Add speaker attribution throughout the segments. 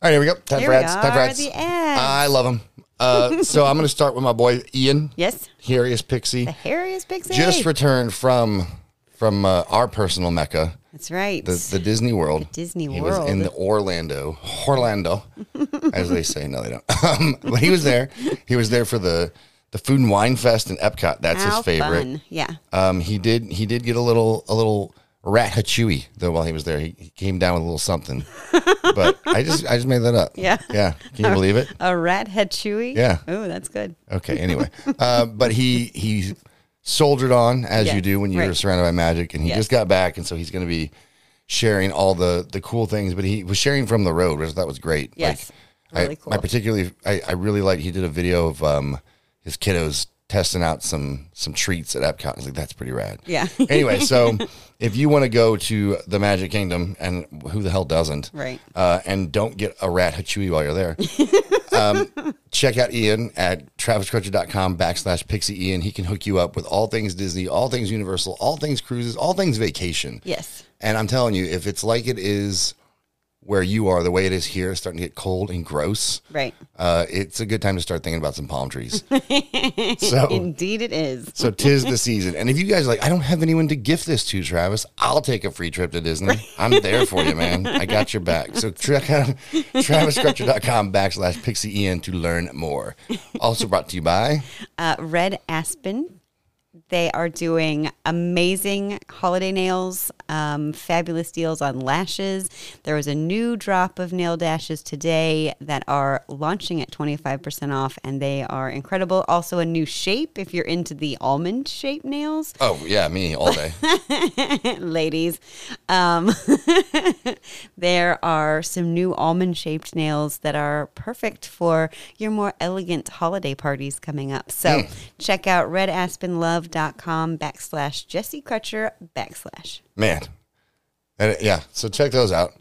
Speaker 1: All right, here we go. Time
Speaker 2: Here
Speaker 1: for
Speaker 2: we
Speaker 1: ads. Time for
Speaker 2: are,
Speaker 1: ads.
Speaker 2: the ads.
Speaker 1: I love them. Uh, so I'm going to start with my boy Ian.
Speaker 2: Yes.
Speaker 1: Here he is, Pixie.
Speaker 2: The hairiest pixie.
Speaker 1: Just returned from from uh, our personal mecca,
Speaker 2: That's right.
Speaker 1: the, the Disney World.
Speaker 2: Disney
Speaker 1: he
Speaker 2: World.
Speaker 1: was in the Orlando, Orlando, as they say. No, they don't. Um, but he was there. He was there for the the Food and Wine Fest in Epcot. That's
Speaker 2: How
Speaker 1: his favorite.
Speaker 2: fun. Yeah.
Speaker 1: Um, he did. He did get a little a little rat hachui though while he was there. He, he came down with a little something. but I just I just made that up.
Speaker 2: Yeah.
Speaker 1: Yeah. Can you believe it?
Speaker 2: A rat head chewy.
Speaker 1: Yeah.
Speaker 2: Oh, that's good.
Speaker 1: Okay. Anyway, uh, but he he soldiered on as
Speaker 2: Yeah,
Speaker 1: you do when you're
Speaker 2: right.
Speaker 1: surrounded by magic, and he
Speaker 2: Yes.
Speaker 1: just got back, and so he's going to be sharing all the the cool things. But he was sharing from the road, which that was great.
Speaker 2: Yes.
Speaker 1: Like,
Speaker 2: Really
Speaker 1: I,
Speaker 2: cool.
Speaker 1: I particularly I, I really liked. He did a video of um his kiddos testing out some some treats at Epcot. I was like, that's pretty rad.
Speaker 2: Yeah.
Speaker 1: anyway, so if you want to go to the Magic Kingdom, and who the hell doesn't,
Speaker 2: Right.
Speaker 1: Uh, and don't get a rat hachui while you're there. um, check out Ian at traviscrutcher.com backslash pixie Ian. He can hook you up with all things Disney, all things Universal, all things cruises, all things vacation.
Speaker 2: Yes.
Speaker 1: And I'm telling you, if it's like it is where you are, the way it is here, starting to get cold and gross,
Speaker 2: Right.
Speaker 1: uh, it's a good time to start thinking about some palm trees. so
Speaker 2: Indeed, it is.
Speaker 1: so tis the season. And if you guys are like, I don't have anyone to gift this to, Travis, I'll take a free trip to Disney. I'm there for you, man. I got your back. So check out traviscrutcher.com backslash pixie en to learn more. Also brought to you by
Speaker 2: Uh, Red Aspen. They are doing amazing holiday nails, um, fabulous deals on lashes. There was a new drop of nail dashes today that are launching at 25% off, and they are incredible. Also, a new shape if you're into the almond shaped nails.
Speaker 1: Oh yeah, me all day.
Speaker 2: ladies. Um, there are some new almond shaped nails that are perfect for your more elegant holiday parties coming up. So
Speaker 1: Mm.
Speaker 2: check out redaspenlove.com backslash Jesse Crutcher backslash.
Speaker 1: Man. And, uh, yeah, so check those out.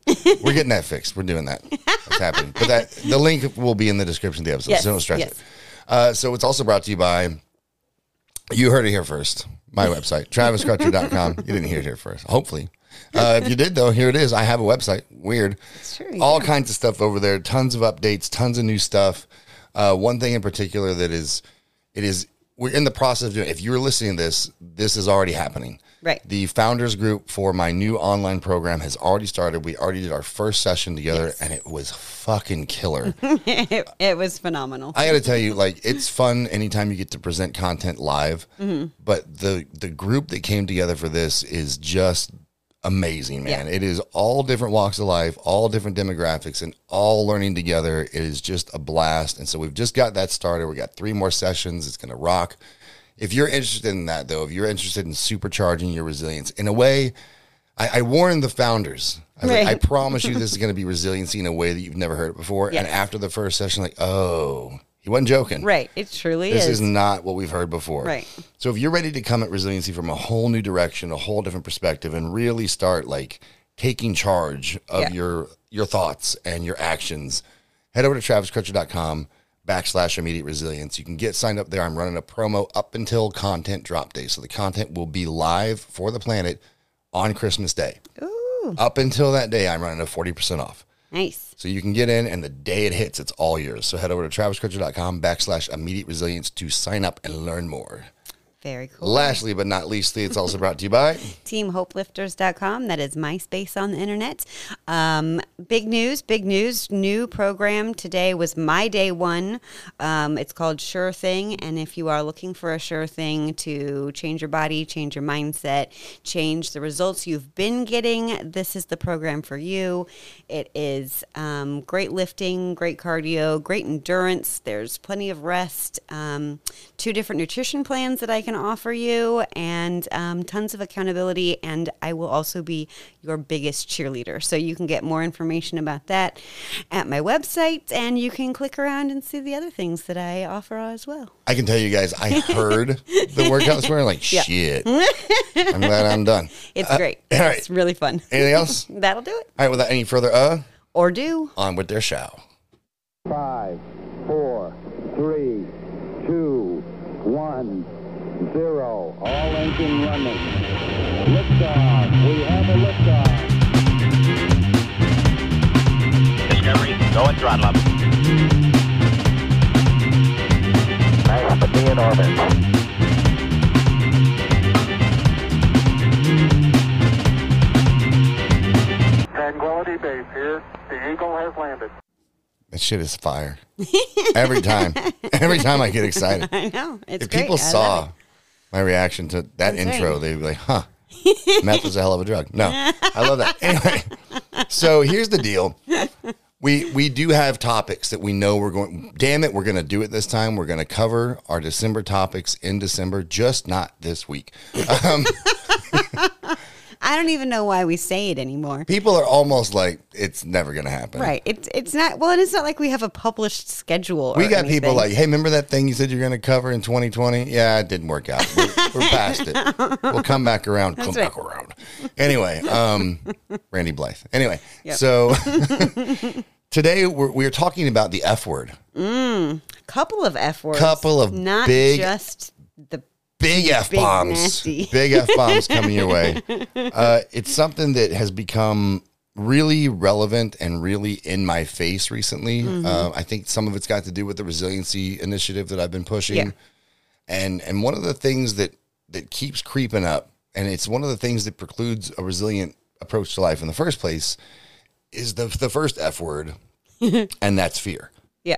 Speaker 1: We're getting that fixed. We're doing that. That's happening. But that the link will be in the description of the episode,
Speaker 2: Yes,
Speaker 1: so don't stress
Speaker 2: yes.
Speaker 1: it. Uh, so it's also brought to you by You heard it here first. My website, traviscrutcher.com. You didn't hear it here first. Hopefully. Uh, if you did, though, here it is. I have a website. Weird.
Speaker 2: true,
Speaker 1: All kinds of stuff over there. Tons of updates, tons of new stuff. Uh, one thing in particular that is, it is, we're in the process of doing, if you're listening to this, this is already happening.
Speaker 2: Right.
Speaker 1: The founders group for my new online program has already started. We already did our first session together and it was fucking killer.
Speaker 2: it, it was phenomenal.
Speaker 1: I got to tell you, like it's fun anytime you get to present content live. But the the group that came together for this is just amazing, man. It is all different walks of life, all different demographics, and all learning together. It is just a blast. And so we've just got that started. We got three more sessions. It's gonna rock. If you're interested in that, though, if you're interested in supercharging your resilience in a way, I, I warned the founders. I, was like, I
Speaker 2: Right.
Speaker 1: promise you, this is going to be resiliency in a way that you've never heard it before. And
Speaker 2: Yes.
Speaker 1: after the first session, like, oh, he wasn't joking.
Speaker 2: right. It truly
Speaker 1: This
Speaker 2: is.
Speaker 1: is not what we've heard before.
Speaker 2: Right.
Speaker 1: So if you're ready to come at resiliency from a whole new direction, a whole different perspective, and really start like taking charge of
Speaker 2: Yeah.
Speaker 1: your your thoughts and your actions, head over to traviscrutcher.com backslash immediate resilience. You can get signed up there. I'm running a promo up until content drop day. So the content will be live for the planet on Christmas Day.
Speaker 2: Ooh,
Speaker 1: Up until that day, I'm running a 40% off.
Speaker 2: nice.
Speaker 1: So you can get in, and the day it hits, it's all yours. So head over to traviscrutcher.com backslash immediate resilience to sign up and learn more.
Speaker 2: Very cool.
Speaker 1: Lastly, but not leastly, it's also brought to you by
Speaker 2: teamhopelifters.com. That is my space on the internet. Um, big news, big news. New program today was my day one. Um, it's called Sure Thing. And if you are looking for a sure thing to change your body, change your mindset, change the results you've been getting, this is the program for you. It is um, great lifting, great cardio, great endurance. There's plenty of rest. Um, two different nutrition plans that I can offer you, and um, tons of accountability. And I will also be your biggest cheerleader. So you can get more information about that at my website, and you can click around and see the other things that I offer as well.
Speaker 1: I can tell you guys, I heard the workout this morning. Like, shit. I'm glad I'm done.
Speaker 2: It's great.
Speaker 1: all right.
Speaker 2: It's really fun.
Speaker 1: Anything else? All
Speaker 2: That'll do it.
Speaker 1: right, without any further uh,
Speaker 2: Or do.
Speaker 1: on with their show.
Speaker 3: Five, four, three, two, one, zero. All engine running. Liftoff. We have a liftoff.
Speaker 4: Discovery Go and throttle up.
Speaker 3: Nice to be in orbit.
Speaker 5: Tranquility Base here. The Eagle has landed.
Speaker 1: That shit is fire. Every time. Every time I get excited.
Speaker 2: I know. It's
Speaker 1: If
Speaker 2: great.
Speaker 1: people
Speaker 2: I love it.
Speaker 1: saw my reaction to that intro,
Speaker 2: right.
Speaker 1: they'd be like, huh, meth was a hell of a drug. No, I love that. Anyway, so here's the deal. We, we do have topics that we know we're going, damn it, we're going to do it this time. We're going to cover our December topics in December, just not this week.
Speaker 2: I don't even know why we say it anymore.
Speaker 1: People are almost like, it's never going to happen.
Speaker 2: Right. It's it's not well, and it's not like we have a published schedule.
Speaker 1: We
Speaker 2: or
Speaker 1: got people
Speaker 2: anything.
Speaker 1: like, hey, remember that thing you said you're going to cover in 2020? Yeah, it didn't work out. We're, we're past it. We'll come back around. come
Speaker 2: right.
Speaker 1: back around. Anyway, um, Randy Blythe. Anyway, so today we're, we're talking about the F word.
Speaker 2: couple of F words.
Speaker 1: Couple of
Speaker 2: not
Speaker 1: big-
Speaker 2: just the
Speaker 1: Big F bombs.
Speaker 2: nasty.
Speaker 1: Big F bombs coming your way. Uh, it's something that has become really relevant and really in my face recently.
Speaker 2: Mm-hmm.
Speaker 1: Uh, I think some of it's got to do with the resiliency initiative that I've been pushing.
Speaker 2: Yeah.
Speaker 1: And and one of the things that that keeps creeping up, and it's one of the things that precludes a resilient approach to life in the first place, is the the first F word, and that's fear.
Speaker 2: yeah.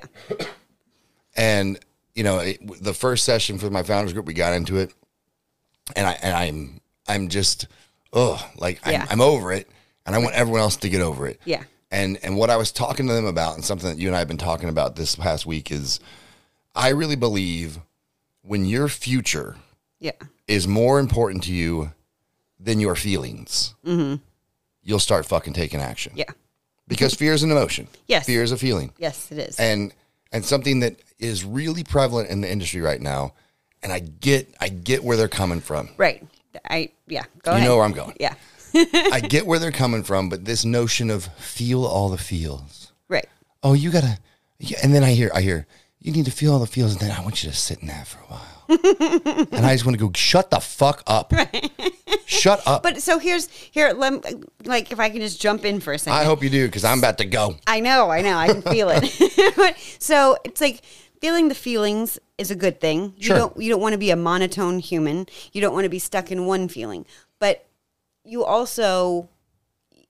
Speaker 1: And you know, it, w- the first session for my founders group, we got into it, and I and I'm I'm just oh like
Speaker 2: Yeah.
Speaker 1: I'm, I'm over it, and I want everyone else to get over it.
Speaker 2: Yeah.
Speaker 1: And and what I was talking to them about, and something that you and I have been talking about this past week is, I really believe when your future
Speaker 2: Yeah.
Speaker 1: is more important to you than your feelings, you'll start fucking taking action.
Speaker 2: Mm-hmm. Yeah.
Speaker 1: Because fear is an emotion.
Speaker 2: Yes.
Speaker 1: Fear is a feeling
Speaker 2: Yes, it is.
Speaker 1: and and something that is really prevalent in the industry right now. And I get I get where they're coming from.
Speaker 2: right. I yeah. Go
Speaker 1: You
Speaker 2: ahead.
Speaker 1: know where I'm going.
Speaker 2: yeah.
Speaker 1: I get where they're coming from, but this notion of feel all the feels.
Speaker 2: Right.
Speaker 1: Oh, you gotta. Yeah, and then I hear I hear you need to feel all the feels, and then I want you to sit in that for a while. and I just want to go shut the fuck up. Shut up.
Speaker 2: But so here's here. Let like if I can just jump in for a second.
Speaker 1: I hope you do because I'm about to go.
Speaker 2: I know, I know, I can feel it. But- so it's like feeling the feelings is a good thing.
Speaker 1: Sure.
Speaker 2: You don't you don't want to be a monotone human. You don't want to be stuck in one feeling. But you also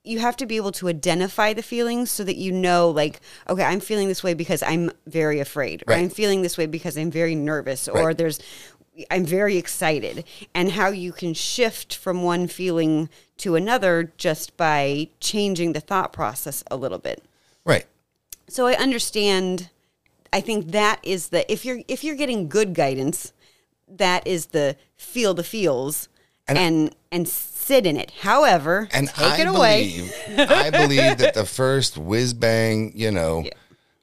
Speaker 2: you have to be able to identify the feelings so that you know like okay i'm feeling this way because i'm very afraid or
Speaker 1: Right.
Speaker 2: i'm feeling this way because i'm very nervous or
Speaker 1: Right.
Speaker 2: there's i'm very excited and how you can shift from one feeling to another just by changing the thought process a little bit
Speaker 1: Right.
Speaker 2: so I understand. I think that is the if you're if you're getting good guidance, that is the feel the feels
Speaker 1: And-
Speaker 2: and and, sit in it. However,
Speaker 1: And
Speaker 2: take
Speaker 1: I
Speaker 2: it away.
Speaker 1: believe, I believe that the first whiz bang, you know,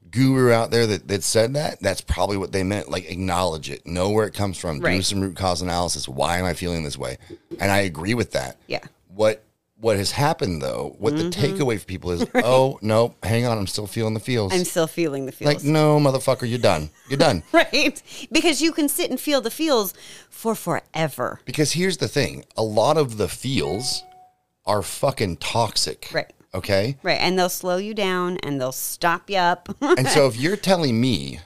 Speaker 1: guru out there that, that said that, that's probably what they meant. Like acknowledge it, know where it comes from, do
Speaker 2: Right.
Speaker 1: some root cause analysis. Why am I feeling this way? And I agree with that.
Speaker 2: Yeah. Mm-hmm.
Speaker 1: What what has happened though, what the takeaway for people is, oh no, hang on, I'm still feeling the feels.
Speaker 2: I'm still feeling the feels.
Speaker 1: like, no, motherfucker, you're done. You're done.
Speaker 2: Right, because you can sit and feel the feels for forever.
Speaker 1: Because here's the thing a lot of the feels are fucking toxic.
Speaker 2: Right.
Speaker 1: Okay.
Speaker 2: Right, and they'll slow you down and they'll stop you up.
Speaker 1: And so if you're telling me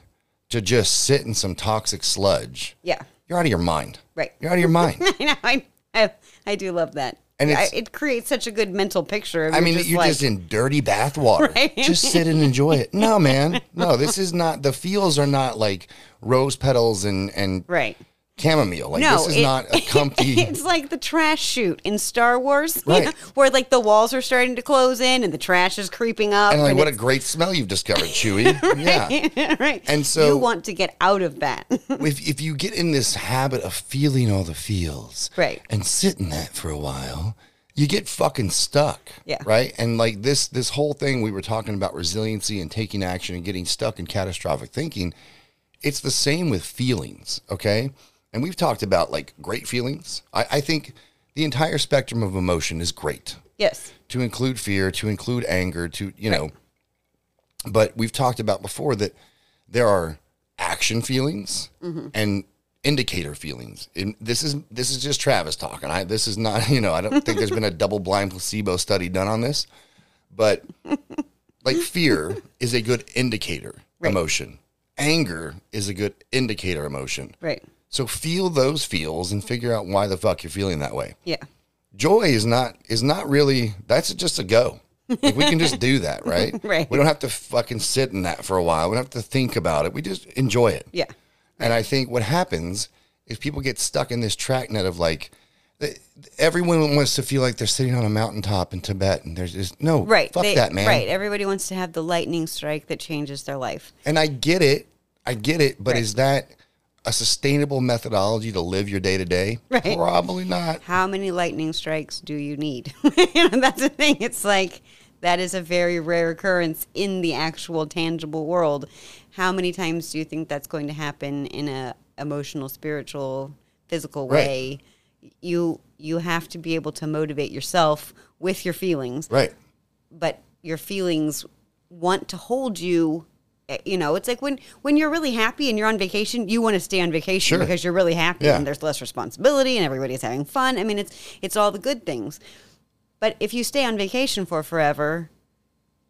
Speaker 1: to just sit in some toxic sludge,
Speaker 2: yeah,
Speaker 1: you're out of your mind.
Speaker 2: Right.
Speaker 1: You're out of your mind.
Speaker 2: I know. I, I I do love that.
Speaker 1: And
Speaker 2: I,
Speaker 1: it's-
Speaker 2: it creates such a good mental picture. Of
Speaker 1: I mean,
Speaker 2: just
Speaker 1: you're
Speaker 2: like,
Speaker 1: just in dirty bath water.
Speaker 2: Right.
Speaker 1: Just sit and enjoy it. No, man. No, this is not, the feels are not like rose petals and, and
Speaker 2: right.
Speaker 1: chamomile. Like,
Speaker 2: No,
Speaker 1: this is
Speaker 2: it-
Speaker 1: not a comfy.
Speaker 2: It's like the trash chute in Star Wars, you
Speaker 1: Right.
Speaker 2: know, where like the walls are starting to close in and the trash is creeping up.
Speaker 1: and like, what a
Speaker 2: it's-
Speaker 1: great smell you've discovered, Chewy. Yeah.
Speaker 2: right.
Speaker 1: And so-
Speaker 2: you want to get out of that,
Speaker 1: If, if you get in this habit of feeling all the feels
Speaker 2: Right.
Speaker 1: and sit in that for a while, you get fucking stuck.
Speaker 2: Yeah.
Speaker 1: Right. And like this, this whole thing we were talking about resiliency and taking action and getting stuck in catastrophic thinking, it's the same with feelings. Okay. And we've talked about like great feelings. I, I think the entire spectrum of emotion is great
Speaker 2: yes,
Speaker 1: to include fear, to include anger, to, you know, but we've talked about before that there are action feelings
Speaker 2: Mm-hmm.
Speaker 1: and indicator feelings. And this is this is just Travis talking. I this is not, you know, I don't think there's been a double blind placebo study done on this, but Like fear is a good indicator
Speaker 2: Right.
Speaker 1: emotion. Anger is a good indicator emotion.
Speaker 2: Right.
Speaker 1: So feel those feels and figure out why the fuck you're feeling that way.
Speaker 2: Yeah.
Speaker 1: Joy is not is not really that's just a go. Like we can just do that, right?
Speaker 2: Right.
Speaker 1: We don't have to fucking sit in that for a while. We don't have to think about it. We just enjoy it.
Speaker 2: Yeah.
Speaker 1: And I think what happens is people get stuck in this track net of like, th- everyone wants to feel like they're sitting on a mountaintop in Tibet, and there's just no
Speaker 2: Right.
Speaker 1: Fuck
Speaker 2: They-
Speaker 1: that, man.
Speaker 2: Right. Everybody wants to have the lightning strike that changes their life.
Speaker 1: And I get it, I get it, but
Speaker 2: Right.
Speaker 1: is that a sustainable methodology to live your day to day?
Speaker 2: Right.
Speaker 1: Probably not.
Speaker 2: How many lightning strikes do you need? you know, that's the thing. It's like that is a very rare occurrence in the actual tangible world. How many times do you think that's going to happen in a emotional, spiritual, physical
Speaker 1: Right.
Speaker 2: way? You you have to be able to motivate yourself with your feelings.
Speaker 1: Right.
Speaker 2: but your feelings want to hold you eh, you know it's like when when you're really happy and you're on vacation you want to stay on vacation
Speaker 1: Sure.
Speaker 2: because you're really happy
Speaker 1: Yeah.
Speaker 2: and there's less responsibility and everybody's having fun i mean it's it's all the good things but if you stay on vacation for forever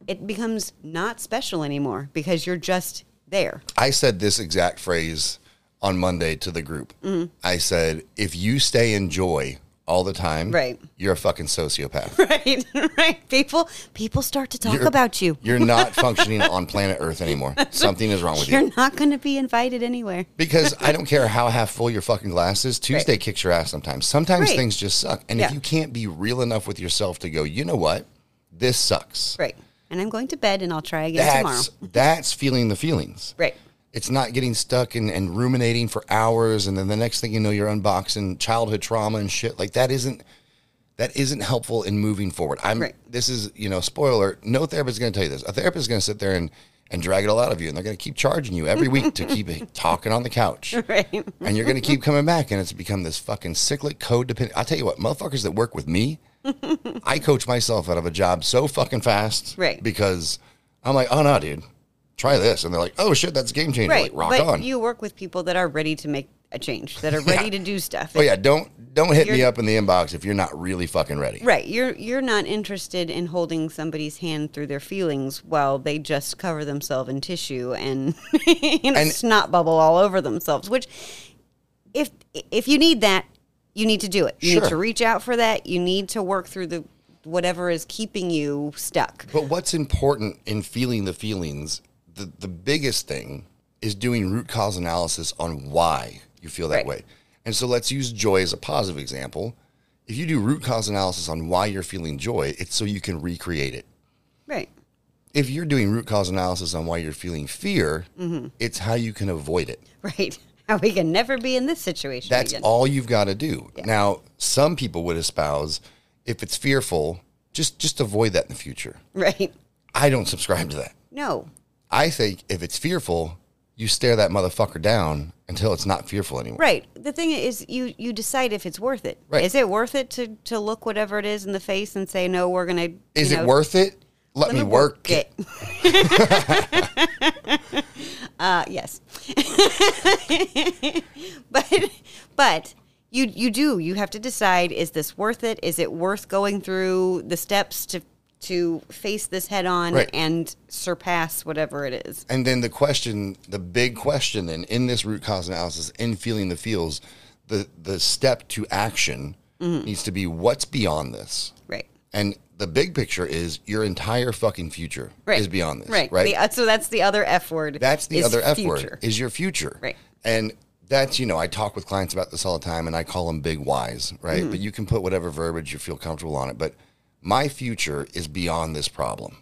Speaker 2: it becomes not special anymore because you're just there
Speaker 1: I said this exact phrase on Monday to the group.
Speaker 2: Mm-hmm.
Speaker 1: I said, if you stay in joy all the time,
Speaker 2: Right.
Speaker 1: you're a fucking sociopath.
Speaker 2: right right people people start to talk
Speaker 1: You're-
Speaker 2: about you
Speaker 1: You're not functioning on planet Earth anymore. Something is wrong with you.
Speaker 2: you're not going to be invited anywhere
Speaker 1: Because I don't care how half full your fucking glass is, Tuesday
Speaker 2: Right.
Speaker 1: kicks your ass sometimes. Sometimes
Speaker 2: Right.
Speaker 1: things just suck. And
Speaker 2: Yeah.
Speaker 1: if you can't be real enough with yourself to go, you know what? This sucks.
Speaker 2: right and i'm going to bed and i'll try again tomorrow
Speaker 1: That's that's feeling the feelings.
Speaker 2: right
Speaker 1: It's not getting stuck and, and ruminating for hours and then the next thing you know you're unboxing childhood trauma and shit. Like that isn't that isn't helpful in moving forward. I'm
Speaker 2: Right.
Speaker 1: this is, you know, spoiler, alert, no therapist is gonna tell you this. A therapist is gonna sit there and and drag it all out of you and they're gonna keep charging you every week to keep talking on the couch.
Speaker 2: right
Speaker 1: and you're going to keep coming back and it's become this fucking cyclic codependent i'll tell you what motherfuckers that work with me i coach myself out of a job so fucking fast
Speaker 2: Right.
Speaker 1: because i'm like oh no dude try this and they're like oh shit that's a game changer like
Speaker 2: right
Speaker 1: rock
Speaker 2: but
Speaker 1: on
Speaker 2: you work with people that are ready to make a change that are ready to do stuff
Speaker 1: oh yeah don't don't hit me
Speaker 2: You're-
Speaker 1: up in the inbox if you're not really fucking ready
Speaker 2: right you're you're not interested in holding somebody's hand through their feelings while they just cover themselves in tissue and, you know,
Speaker 1: And-
Speaker 2: snot bubble all over themselves which if if you need that you need to do it you need
Speaker 1: Sure.
Speaker 2: to reach out for that you need to work through the whatever is keeping you stuck
Speaker 1: but what's important in feeling the feelings the, the biggest thing is doing root cause analysis on why you feel that
Speaker 2: Right.
Speaker 1: way and so let's use joy as a positive example if you do root cause analysis on why you're feeling joy it's so you can recreate it
Speaker 2: right
Speaker 1: if you're doing root cause analysis on why you're feeling fear it's how you can avoid it
Speaker 2: right how we can never be in this situation
Speaker 1: that's
Speaker 2: again
Speaker 1: all you've got to do now some people would espouse if it's fearful just just avoid that in the future
Speaker 2: right
Speaker 1: i don't subscribe to that
Speaker 2: no
Speaker 1: I think if it's fearful, you stare that motherfucker down until it's not fearful anymore.
Speaker 2: Right. The thing is, you you decide if it's worth it. Is
Speaker 1: Right.
Speaker 2: it worth it to to look whatever it is in the face and say no? We're gonna. you
Speaker 1: Is it
Speaker 2: know,
Speaker 1: worth it? Let, me work, it.
Speaker 2: it." uh, yes. but but you you do you have to decide: is this worth it? Is it worth going through the steps to to face this head on
Speaker 1: Right.
Speaker 2: and surpass whatever it is?
Speaker 1: And then the question, the big question, then in this root cause analysis, in feeling the feels, the the step to action needs to be what's beyond this.
Speaker 2: Mm-hmm. Right.
Speaker 1: And the big picture is your entire fucking future
Speaker 2: Right.
Speaker 1: is beyond this.
Speaker 2: Right.
Speaker 1: Right.
Speaker 2: The- uh, so that's the other F word.
Speaker 1: That's the
Speaker 2: is
Speaker 1: other F
Speaker 2: future.
Speaker 1: word is your future.
Speaker 2: Right.
Speaker 1: And that's, you know, I talk with clients about this all the time and I call them big whys, right?
Speaker 2: Mm-hmm.
Speaker 1: But you can put whatever verbiage you feel comfortable on it. But my future is beyond this problem.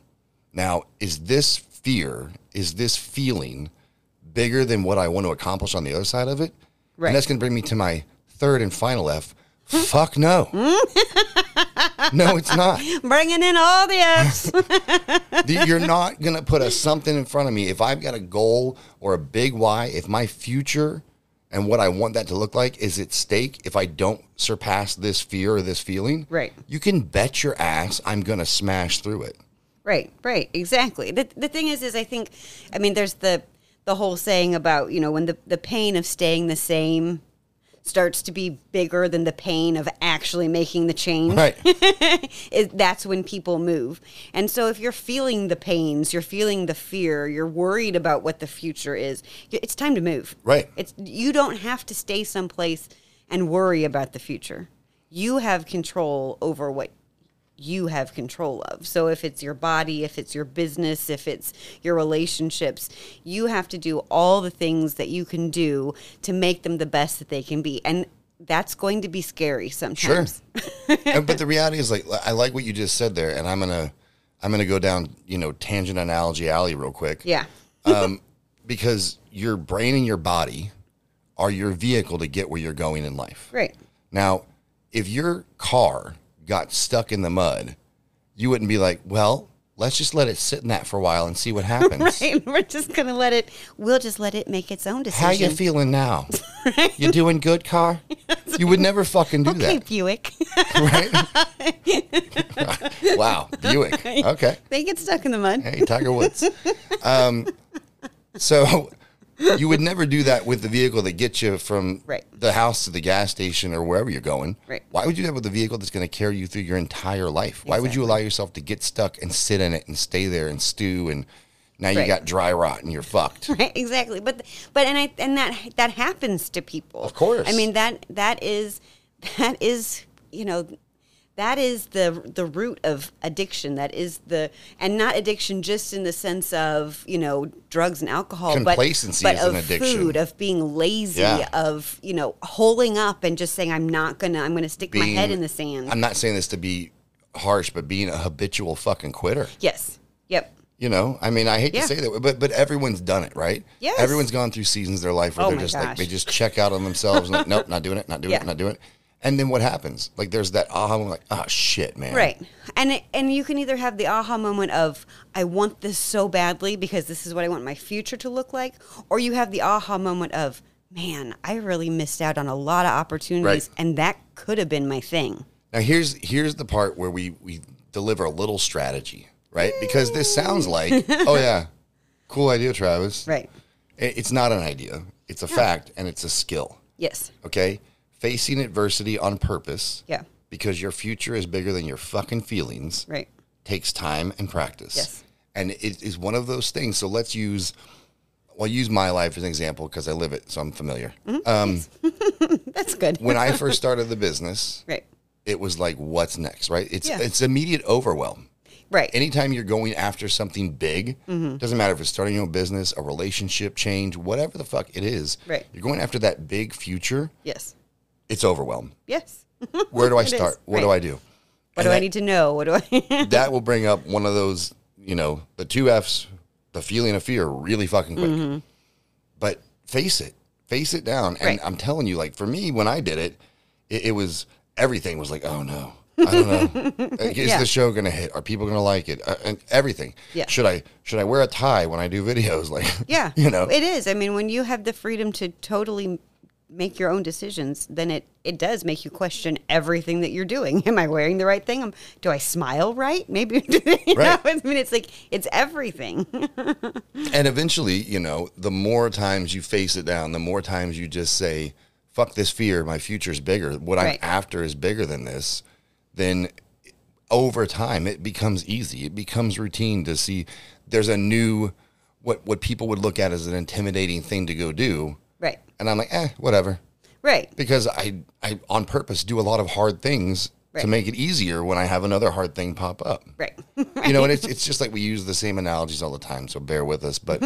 Speaker 1: Now, is this fear, is this feeling bigger than what I want to accomplish on the other side of it?
Speaker 2: Right.
Speaker 1: And that's going to bring me to my third and final F. Fuck no. no, it's not.
Speaker 2: Bringing in all the Fs.
Speaker 1: Th- You're not going to put a something in front of me. If I've got a goal or a big why, if my future and what I want that to look like is at stake, if I don't surpass this fear or this feeling,
Speaker 2: Right.
Speaker 1: you can bet your ass I'm going to smash through it.
Speaker 2: Right, right, exactly. The the thing is, is I think, I mean, there's the the whole saying about you know when the the pain of staying the same starts to be bigger than the pain of actually making the change
Speaker 1: Right.
Speaker 2: is that's when people move. And so if you're feeling the pains, you're feeling the fear, you're worried about what the future is, y- it's time to move.
Speaker 1: Right.
Speaker 2: It's you don't have to stay someplace and worry about the future. You have control over what you have control of. So if it's your body, if it's your business, if it's your relationships, you have to do all the things that you can do to make them the best that they can be. And that's going to be scary
Speaker 1: Sure.
Speaker 2: sometimes.
Speaker 1: And- but the reality is, like, I like what you just said there, and I'm gonna, I'm gonna go down, you know, tangent analogy alley real quick.
Speaker 2: Yeah.
Speaker 1: Because your brain and your body are your vehicle to get where you're going in life.
Speaker 2: Right.
Speaker 1: Now, if your car got stuck in the mud, you wouldn't be like, well, let's just let it sit in that for a while and see what happens.
Speaker 2: And we're just gonna let it. We'll just let it make its own decision.
Speaker 1: How you feeling now? You doing good, car? You would never fucking do
Speaker 2: Okay, Buick.
Speaker 1: that, right? wow, Buick. Okay.
Speaker 2: they get stuck in the mud.
Speaker 1: Hey, Tiger Woods. Um, so you would never do that with the vehicle that gets you from
Speaker 2: Right.
Speaker 1: the house to the gas station or wherever you're going.
Speaker 2: Right.
Speaker 1: Why would you do that with a vehicle that's going to carry you through your entire life? Why would you allow yourself to get stuck and sit in it and stay there and stew and now you
Speaker 2: Right.
Speaker 1: got dry rot and you're fucked?
Speaker 2: Right, exactly. But but and I and that that happens to people.
Speaker 1: Of course.
Speaker 2: I mean that that is that is you know that is the the root of addiction. That is the and not addiction just in the sense of you know drugs and alcohol, but
Speaker 1: Complacency
Speaker 2: but
Speaker 1: is
Speaker 2: of
Speaker 1: an addiction.
Speaker 2: food, of being lazy,
Speaker 1: Yeah.
Speaker 2: of you know holding up and just saying I'm not gonna I'm gonna stick my head
Speaker 1: Being-
Speaker 2: in the sand.
Speaker 1: I'm not saying this to be harsh, but being a habitual fucking quitter.
Speaker 2: yes. Yep.
Speaker 1: You know, I mean, I hate
Speaker 2: Yeah.
Speaker 1: to say that, but but everyone's done it, right?
Speaker 2: Yes.
Speaker 1: Everyone's gone through seasons of their life where
Speaker 2: Oh
Speaker 1: they're
Speaker 2: my
Speaker 1: just like
Speaker 2: gosh.
Speaker 1: they just check out on themselves and like, nope, not doing it, not doing
Speaker 2: Yeah.
Speaker 1: it, not doing it. And then what happens? Like there's that aha moment, like, oh shit, man.
Speaker 2: Right. And it, and you can either have the aha moment of I want this so badly because this is what I want my future to look like or you have the aha moment of man, I really missed out on a lot of
Speaker 1: Right.
Speaker 2: opportunities and that could have been my thing.
Speaker 1: Now here's here's the part where we we deliver a little strategy, right? Because this sounds like, oh yeah, cool idea, Travis.
Speaker 2: Right.
Speaker 1: It- It's not an idea. It's a fact and it's a skill.
Speaker 2: Yes.
Speaker 1: Okay? Facing adversity on purpose.
Speaker 2: Yeah.
Speaker 1: Because your future is bigger than your fucking feelings.
Speaker 2: Right.
Speaker 1: takes time and practice.
Speaker 2: Yes.
Speaker 1: And it is one of those things. So let's use, well, use my life as an example because I live it, so I'm familiar.
Speaker 2: Mm-hmm.
Speaker 1: Um,
Speaker 2: That's good.
Speaker 1: when I first started the business,
Speaker 2: right.
Speaker 1: it was like, what's next, right? It's
Speaker 2: Yeah.
Speaker 1: it's immediate overwhelm.
Speaker 2: Right.
Speaker 1: Anytime you're going after something big,
Speaker 2: Mm-hmm.
Speaker 1: doesn't matter if it's starting your own business, a relationship change, whatever the fuck it is,
Speaker 2: Right.
Speaker 1: you're going after that big future.
Speaker 2: yes.
Speaker 1: It's overwhelm.
Speaker 2: Yes.
Speaker 1: Where do I
Speaker 2: It is,
Speaker 1: start? What do
Speaker 2: right.
Speaker 1: I do?
Speaker 2: what do I need to know? What do I
Speaker 1: that will bring up one of those, you know, the two F's, the feeling of fear really fucking quick.
Speaker 2: Mm-hmm.
Speaker 1: But face it, face it down. And
Speaker 2: Right.
Speaker 1: I'm telling you, like for me, when I did it, it, it was everything was like, oh no, I don't know. Like, Is
Speaker 2: Yeah.
Speaker 1: the show gonna hit? Are people gonna like it? Uh, and everything.
Speaker 2: Yeah.
Speaker 1: Should I should I wear a tie when I do videos? Like,
Speaker 2: Yeah.
Speaker 1: you know,
Speaker 2: It is. I mean, when you have the freedom to totally make your own decisions, then it it does make you question everything that you're doing. Am I wearing the right thing? Am, do I smile right? Maybe. you know? I mean, it's like it's everything.
Speaker 1: And eventually, you know, the more times you face it down, the more times you just say, fuck this fear, my future's bigger. What
Speaker 2: Right.
Speaker 1: I'm after is bigger than this, then over time it becomes easy. It becomes routine to see there's a new what what people would look at as an intimidating thing to go do.
Speaker 2: right.
Speaker 1: And I'm like, eh, whatever.
Speaker 2: Right.
Speaker 1: Because I I on purpose do a lot of hard things
Speaker 2: Right.
Speaker 1: to make it easier when I have another hard thing pop up
Speaker 2: Right.
Speaker 1: you know, and it's it's just like we use the same analogies all the time, so bear with us. But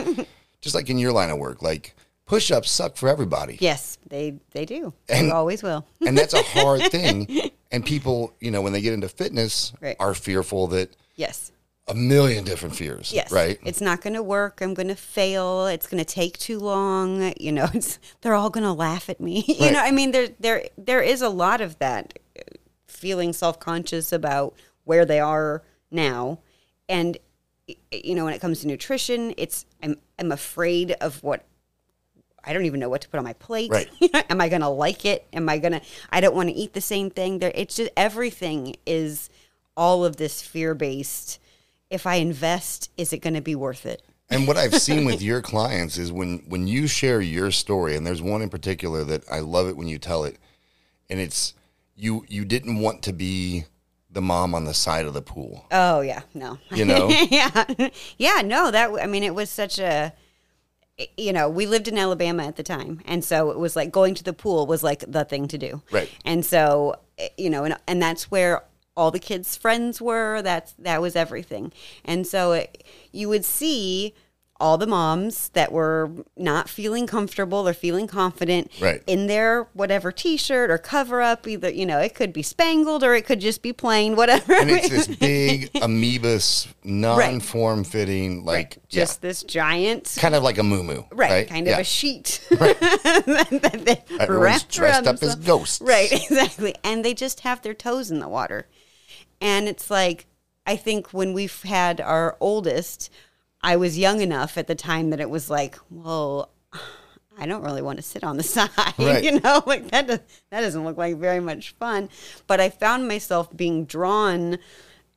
Speaker 1: just like in your line of work, like push ups suck for everybody.
Speaker 2: yes, they they do.
Speaker 1: And-
Speaker 2: they always will.
Speaker 1: And that's a hard thing. And people, you know, when they get into fitness
Speaker 2: Right.
Speaker 1: are fearful that
Speaker 2: Yes.
Speaker 1: a million different fears.
Speaker 2: Yes.
Speaker 1: Right.
Speaker 2: It's not going to work. I'm going to fail. It's going to take too long. You know, it's, they're all going to laugh at me. You
Speaker 1: Right.
Speaker 2: know, I mean, there, there, there is a lot of that uh, feeling self conscious about where they are now. And, y- you know, when it comes to nutrition, it's, I'm, I'm afraid of what I don't even know what to put on my plate.
Speaker 1: Right.
Speaker 2: Am I going to like it? Am I going to? I don't want to eat the same thing. There, it's just everything is all of this fear based. If I invest, is it going to be worth it?
Speaker 1: And what I've seen with your clients is when when you share your story, and there's one in particular that I love it when you tell it, and it's you you didn't want to be the mom on the side of the pool.
Speaker 2: Oh yeah, no.
Speaker 1: You know?
Speaker 2: yeah, yeah, no. That I mean, it was such a. You know, we lived in Alabama at the time, and so it was like going to the pool was like the thing to do.
Speaker 1: Right.
Speaker 2: And so, eh, you know, and and that's where all the kids' friends were. That's that was everything. And so, it, you would see all the moms that were not feeling comfortable or feeling confident
Speaker 1: Right.
Speaker 2: in their whatever t-shirt or cover up either you know it could be spangled or it could just be plain whatever
Speaker 1: And it's this big amoebus, non-form fitting, like
Speaker 2: just this giant
Speaker 1: yeah, kind of like a moo
Speaker 2: right, kind of
Speaker 1: yeah.
Speaker 2: a sheet that they
Speaker 1: Everyone's
Speaker 2: wrapped around
Speaker 1: dressed up as
Speaker 2: themselves.
Speaker 1: ghosts.
Speaker 2: right exactly and they just have their toes in the water and it's like i think when we've had our oldest i was young enough at the time that it was like well i don't really want to sit on the side
Speaker 1: Right.
Speaker 2: you know like that does, that doesn't look like very much fun but i found myself being drawn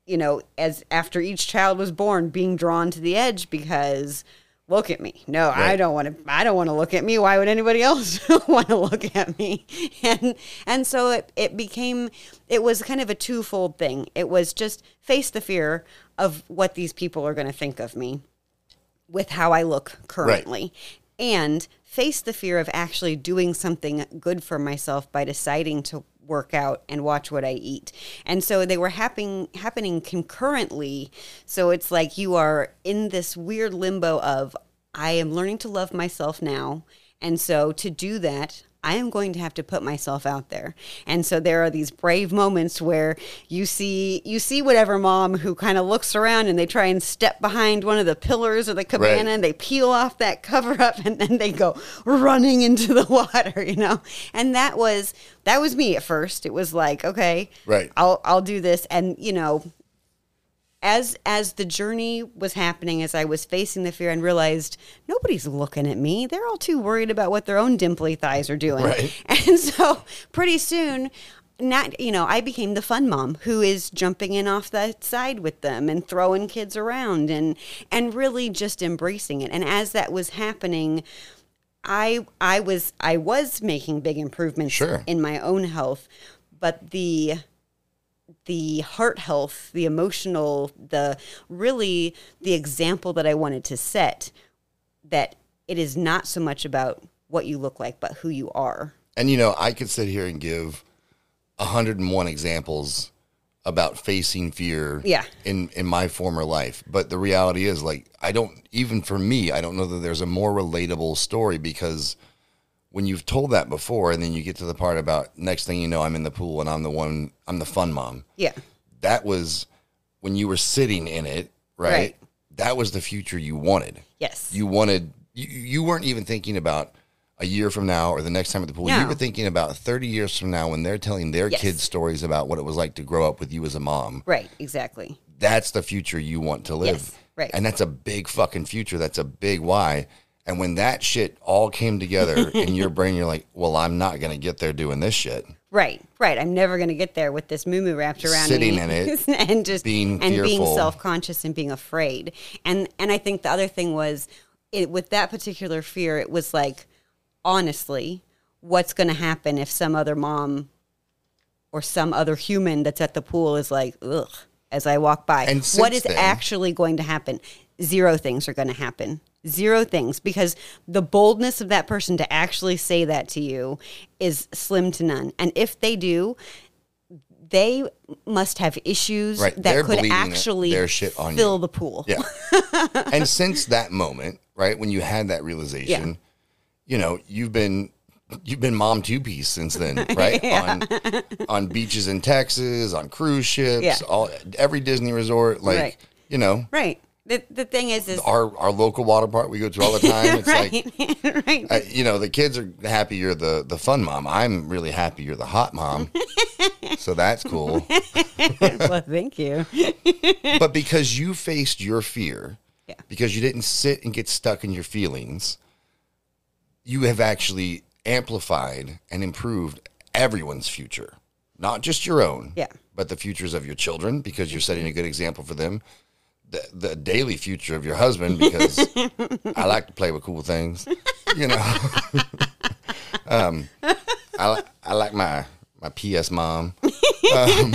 Speaker 2: you know as after each child was born being drawn to the edge because look at me no i
Speaker 1: Right.
Speaker 2: don't want to i don't want to look at me why would anybody else want to look at me and and so it, it became it was kind of a twofold thing it was just face the fear of what these people are going to think of me with how i look currently and face the fear of actually doing something good for myself by deciding to work out and watch what i eat and so they were happening happening concurrently so it's like you are in this weird limbo of I am learning to love myself now. And so to do that, I am going to have to put myself out there. And so there are these brave moments where you see you see whatever mom who kind of looks around and they try and step behind one of the pillars of the cabana and they peel off that cover up and then they go running into the water, you know. And that was that was me at first. It was like, okay,
Speaker 1: Right.
Speaker 2: I'll I'll do this and you know, as as the journey was happening as i was facing the fear and realized nobody's looking at me they're all too worried about what their own dimply thighs are doing
Speaker 1: Right.
Speaker 2: and so pretty soon not you know i became the fun mom who is jumping in off the side with them and throwing kids around and and really just embracing it and as that was happening I I was I was making big improvements
Speaker 1: Sure.
Speaker 2: in my own health, but the the heart health, the emotional, the really the example that I wanted to set that it is not so much about what you look like but who you are.
Speaker 1: And you know, I could sit here and give 101 examples about facing fear
Speaker 2: Yeah.
Speaker 1: in in my former life, but the reality is like I don't even for me, I don't know that there's a more relatable story because when you've told that before and then you get to the part about next thing you know I'm in the pool and I'm the one I'm the fun mom.
Speaker 2: Yeah.
Speaker 1: That was when you were sitting in it, right?
Speaker 2: Right.
Speaker 1: That was the future you wanted
Speaker 2: Yes.
Speaker 1: you wanted you, you weren't even thinking about a year from now or the next time at the pool you
Speaker 2: No.
Speaker 1: were thinking about 30 years from now when they're telling their
Speaker 2: Yes.
Speaker 1: kids stories about what it was like to grow up with you as a mom
Speaker 2: right, exactly.
Speaker 1: that's the future you want to live
Speaker 2: Yes, right.
Speaker 1: and that's a big fucking future that's a big why and when that shit all came together in your brain you're like well i'm not going to get there doing this shit
Speaker 2: Right, right. I'm never going to get there with this moo wrapped around
Speaker 1: Sitting
Speaker 2: me
Speaker 1: in it,
Speaker 2: and just
Speaker 1: being
Speaker 2: and being
Speaker 1: fearful.
Speaker 2: self conscious and being afraid. And and I think the other thing was it, with that particular fear, it was like honestly, what's going to happen if some other mom or some other human that's at the pool is like ugh as I walk by.
Speaker 1: And
Speaker 2: what
Speaker 1: since
Speaker 2: is
Speaker 1: then-
Speaker 2: actually going to happen? Zero things are going to happen. Zero things because the boldness of that person to actually say that to you is slim to none. And if they do, they must have issues
Speaker 1: Right,
Speaker 2: that
Speaker 1: they're
Speaker 2: could
Speaker 1: bleeding
Speaker 2: actually
Speaker 1: their shit on you.
Speaker 2: fill the pool.
Speaker 1: Yeah. and since that moment, right, when you had that realization, you know, you've been you've been mom two piece since then, right? On on beaches in Texas, on cruise ships,
Speaker 2: Yeah.
Speaker 1: all every Disney resort, like
Speaker 2: Right.
Speaker 1: you know,
Speaker 2: Right. The, the thing is, is
Speaker 1: our our local water park we go to all the time. It's like
Speaker 2: right, right.
Speaker 1: I, you know, the kids are happy you're the the fun mom. I'm really happy you're the hot mom. so that's cool.
Speaker 2: well, thank you.
Speaker 1: but because you faced your fear,
Speaker 2: Yeah.
Speaker 1: because you didn't sit and get stuck in your feelings, you have actually amplified and improved everyone's future, not just your own,
Speaker 2: Yeah.
Speaker 1: but the futures of your children because you're setting a good example for them. the, the daily future of your husband because I like to play with cool things. You know, um, I li- I like my my PS mom, um,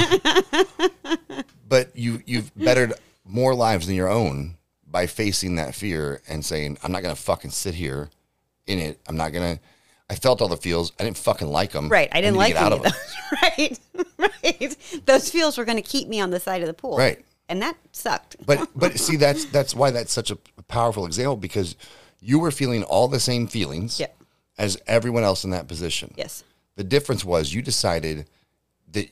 Speaker 1: but you you've bettered more lives than your own by facing that fear and saying I'm not gonna fucking sit here in it. I'm not gonna. I felt all the feels. I didn't fucking like them.
Speaker 2: Right. I didn't like
Speaker 1: get out
Speaker 2: any
Speaker 1: of
Speaker 2: of
Speaker 1: them.
Speaker 2: those. right. Right. Those feels were going to keep me on the side of the pool.
Speaker 1: Right.
Speaker 2: And that sucked.
Speaker 1: But but see that's that's why that's such a powerful example because you were feeling all the same feelings
Speaker 2: Yep.
Speaker 1: as everyone else in that position.
Speaker 2: yes.
Speaker 1: The difference was you decided that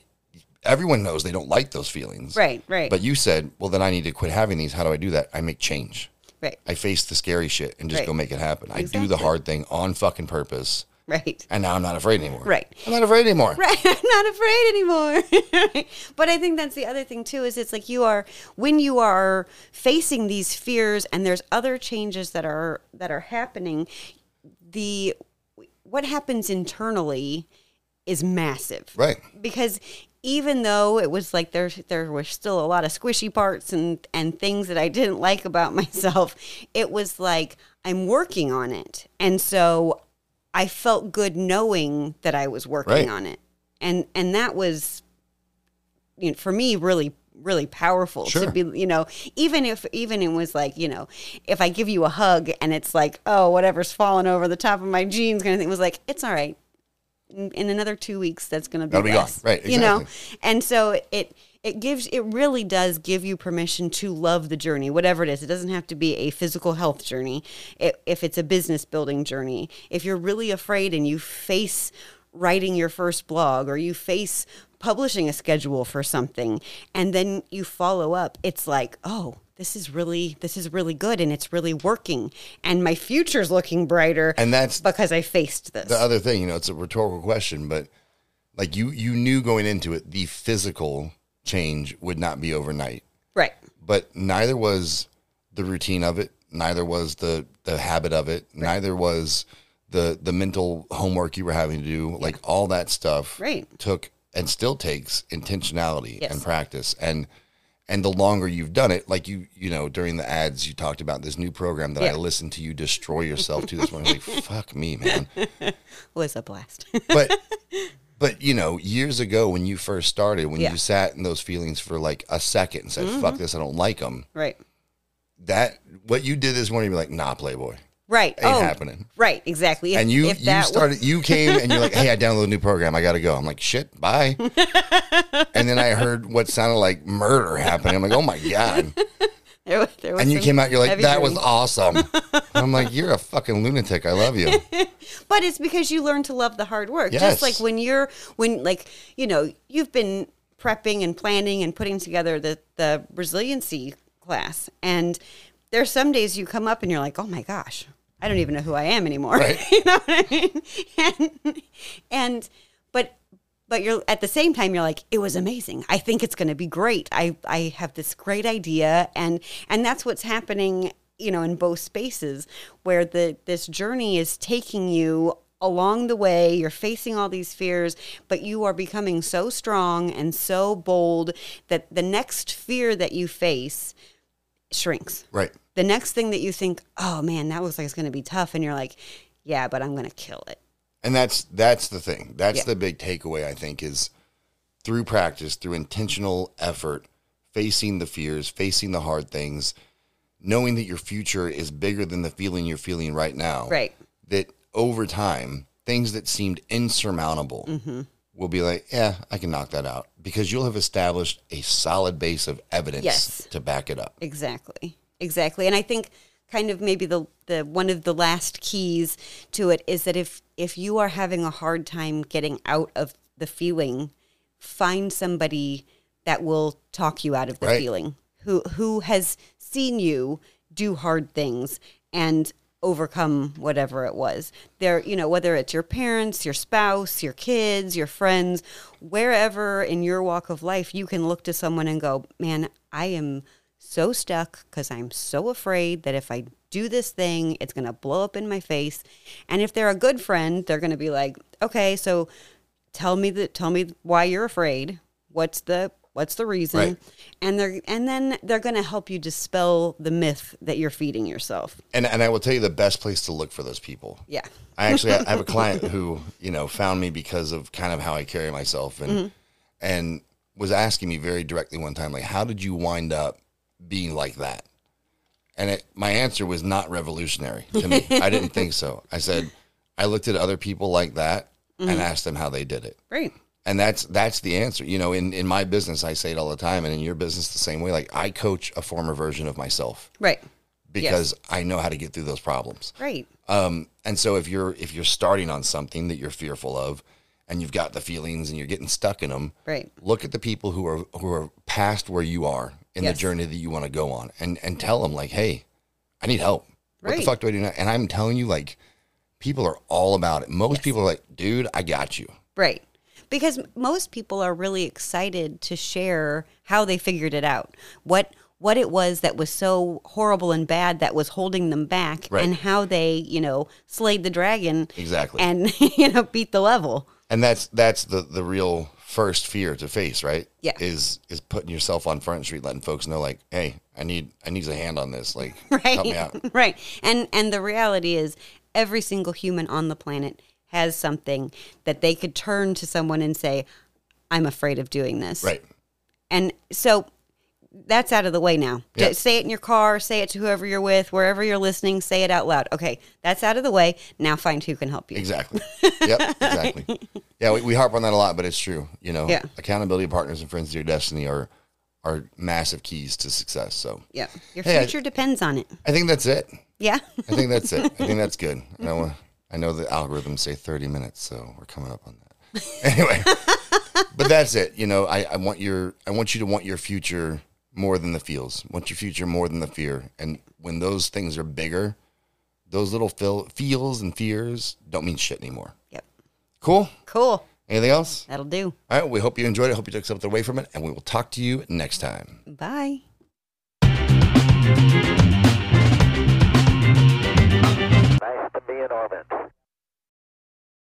Speaker 1: everyone knows they don't like those feelings.
Speaker 2: Right. Right.
Speaker 1: But you said, well then I need to quit having these. How do I do that? I make change.
Speaker 2: right.
Speaker 1: I face the scary shit and just
Speaker 2: Right.
Speaker 1: go make it happen. I do the
Speaker 2: Exactly.
Speaker 1: hard thing on fucking purpose.
Speaker 2: Right.
Speaker 1: And now I'm not afraid anymore.
Speaker 2: Right.
Speaker 1: I'm not afraid anymore.
Speaker 2: Right. I'm not afraid anymore. but I think that's the other thing too is it's like you are when you are facing these fears and there's other changes that are that are happening, the what happens internally is massive.
Speaker 1: Right.
Speaker 2: because even though it was like there there were still a lot of squishy parts and and things that I didn't like about myself, it was like I'm working on it, and so I felt good knowing that I was working
Speaker 1: Right.
Speaker 2: on it, and and that was, you know, for me really really powerful
Speaker 1: Sure.
Speaker 2: to be you know even if even it was like you know if i give you a hug and it's like oh whatever's falling over the top of my jeans kind of thing it was like it's all right in in another two weeks that's going to be
Speaker 1: That'll be gone.
Speaker 2: less,
Speaker 1: Right,
Speaker 2: you know and so it it gives it really does give you permission to love the journey whatever it is it doesn't have to be a physical health journey i if it's a business building journey if you're really afraid and you face writing your first blog or you face publishing a schedule for something and then you follow up it's like oh this is really this is really good and it's really working and my future's looking brighter
Speaker 1: And that's
Speaker 2: because i faced this
Speaker 1: the other thing, you know, it's a rhetorical question, but like you you knew going into it the physical change would not be overnight.
Speaker 2: right
Speaker 1: But neither was the routine of it, neither was the the habit of it, neither was the the mental homework you were having to do, like all that stuff
Speaker 2: Right.
Speaker 1: took and still takes intentionality
Speaker 2: Yes.
Speaker 1: and practice and and the longer you've done it, like you, you know, during the ads, you talked about this new program that I
Speaker 2: Yeah.
Speaker 1: listened to you destroy yourself to this morning. Like, fuck me, man
Speaker 2: was a blast
Speaker 1: but but you know years ago when you first started when
Speaker 2: Yeah. Mm-hmm.
Speaker 1: you sat in those feelings for like a second and said fuck this i don't like them
Speaker 2: right
Speaker 1: that what you did this morning you're like nah playboy
Speaker 2: Right. Oh,
Speaker 1: Ain't happening.
Speaker 2: Right. Exactly. If-
Speaker 1: and you
Speaker 2: if
Speaker 1: you
Speaker 2: that was-
Speaker 1: started you came and you're like hey i downloaded a new program i gotta go i'm like shit bye and then i heard what sounded like murder happening i'm like oh my god
Speaker 2: there was- there was
Speaker 1: and you
Speaker 2: some
Speaker 1: came out you're like
Speaker 2: heavy
Speaker 1: that was
Speaker 2: drinks.
Speaker 1: awesome And i'm like you're a fucking lunatic i love you
Speaker 2: But it's because you learn to love the hard work.
Speaker 1: Yes.
Speaker 2: Just like when you're when like you know you've been prepping and planning and putting together the the resiliency class, and there's some days you come up and you're like, oh my gosh, I don't even know who I am anymore.
Speaker 1: Right.
Speaker 2: you know what I mean? And and but but you're at the same time you're like it was amazing i think it's going to be great i i have this great idea and and that's what's happening you know in both spaces where the this journey is taking you along the way you're facing all these fears but you are becoming so strong and so bold that the next fear that you face shrinks
Speaker 1: right
Speaker 2: the next thing that you think oh man that looks like it's going to be tough and you're like yeah but i'm going to kill it
Speaker 1: And that's that's the thing. That's
Speaker 2: Yeah.
Speaker 1: the big takeaway I think is through practice, through intentional effort, facing the fears, facing the hard things, knowing that your future is bigger than the feeling you're feeling right now.
Speaker 2: Right.
Speaker 1: That over time, things that seemed insurmountable
Speaker 2: Mm-hmm.
Speaker 1: will be like, yeah, I can knock that out because you'll have established a solid base of evidence
Speaker 2: Yes.
Speaker 1: to back it up.
Speaker 2: Exactly. Exactly. And I think kind of maybe the the one of the last keys to it is that if if you are having a hard time getting out of the feeling, find somebody that will talk you out of the
Speaker 1: Right.
Speaker 2: feeling who who has seen you do hard things and overcome whatever it was. There, you know, whether it's your parents, your spouse, your kids, your friends, wherever in your walk of life, you can look to someone and go, man, I am so stuck because I'm so afraid that if I do this thing, it's going to blow up in my face. And if they're a good friend, they're going to be like, okay, so tell me the tell me why you're afraid what's the What's the reason?
Speaker 1: Right.
Speaker 2: And they're and then they're going to help you dispel the myth that you're feeding yourself.
Speaker 1: and and I will tell you the best place to look for those people.
Speaker 2: Yeah.
Speaker 1: I actually I have a client who you know found me because of kind of how I carry myself and and was asking me very directly one time like how did you wind up being like that? And it, my answer was not revolutionary to me. I didn't think so. I said I looked at other people like that and asked them how they did it.
Speaker 2: Right.
Speaker 1: And that's that's the answer. You know, in in my business I say it all the time and in your business the same way like I coach a former version of myself
Speaker 2: Right.
Speaker 1: because I know how to get through those problems.
Speaker 2: Right.
Speaker 1: Um, and so if you're if you're starting on something that you're fearful of, and you've got the feelings and you're getting stuck in them,
Speaker 2: Right.
Speaker 1: Look at the people who are who are past where you are in
Speaker 2: Yes.
Speaker 1: the journey that you want to go on, and and tell them like, hey, I need help. What the
Speaker 2: Right.
Speaker 1: fuck do I do now? And I'm telling you, like, people are all about it. Most people are like, dude, I got you.
Speaker 2: Right. Because most people are really excited to share how they figured it out. What what it was that was so horrible and bad that was holding them back
Speaker 1: Right.
Speaker 2: and how they, you know, slayed the dragon
Speaker 1: Exactly.
Speaker 2: and you know, beat the level.
Speaker 1: and that's that's the the real first fear to face right
Speaker 2: Yeah.
Speaker 1: is is putting yourself on front street letting folks know like hey i need i need a hand on this like
Speaker 2: Right.
Speaker 1: help me out
Speaker 2: Right. And and the reality is every single human on the planet has something that they could turn to someone and say, I'm afraid of doing this.
Speaker 1: right
Speaker 2: And so that's out of the way now.
Speaker 1: Yeah.
Speaker 2: Just Say it in your car, say it to whoever you're with, wherever you're listening, say it out loud. Okay, that's out of the way. Now find who can help you.
Speaker 1: exactly yep exactly yeah we, we harp on that a lot but it's true you know
Speaker 2: Yeah.
Speaker 1: accountability partners and friends to your destiny are are massive keys to success so
Speaker 2: Yeah. Your
Speaker 1: Hey, I-
Speaker 2: future depends on it.
Speaker 1: i think that's it
Speaker 2: Yeah.
Speaker 1: i think that's it i think that's good i know i know the algorithms say 30 minutes so we're coming up on that anyway but that's it you know I, I want your i want you to want your future more than the feels want your future more than the fear and when those things are bigger those little feel, feels and fears don't mean shit anymore
Speaker 2: Yep.
Speaker 1: cool
Speaker 2: Cool.
Speaker 1: anything else
Speaker 2: That'll do.
Speaker 1: all right we hope you enjoyed it hope you took something away from it and we will talk to you next time
Speaker 2: Bye.
Speaker 3: Nice to be in orbit.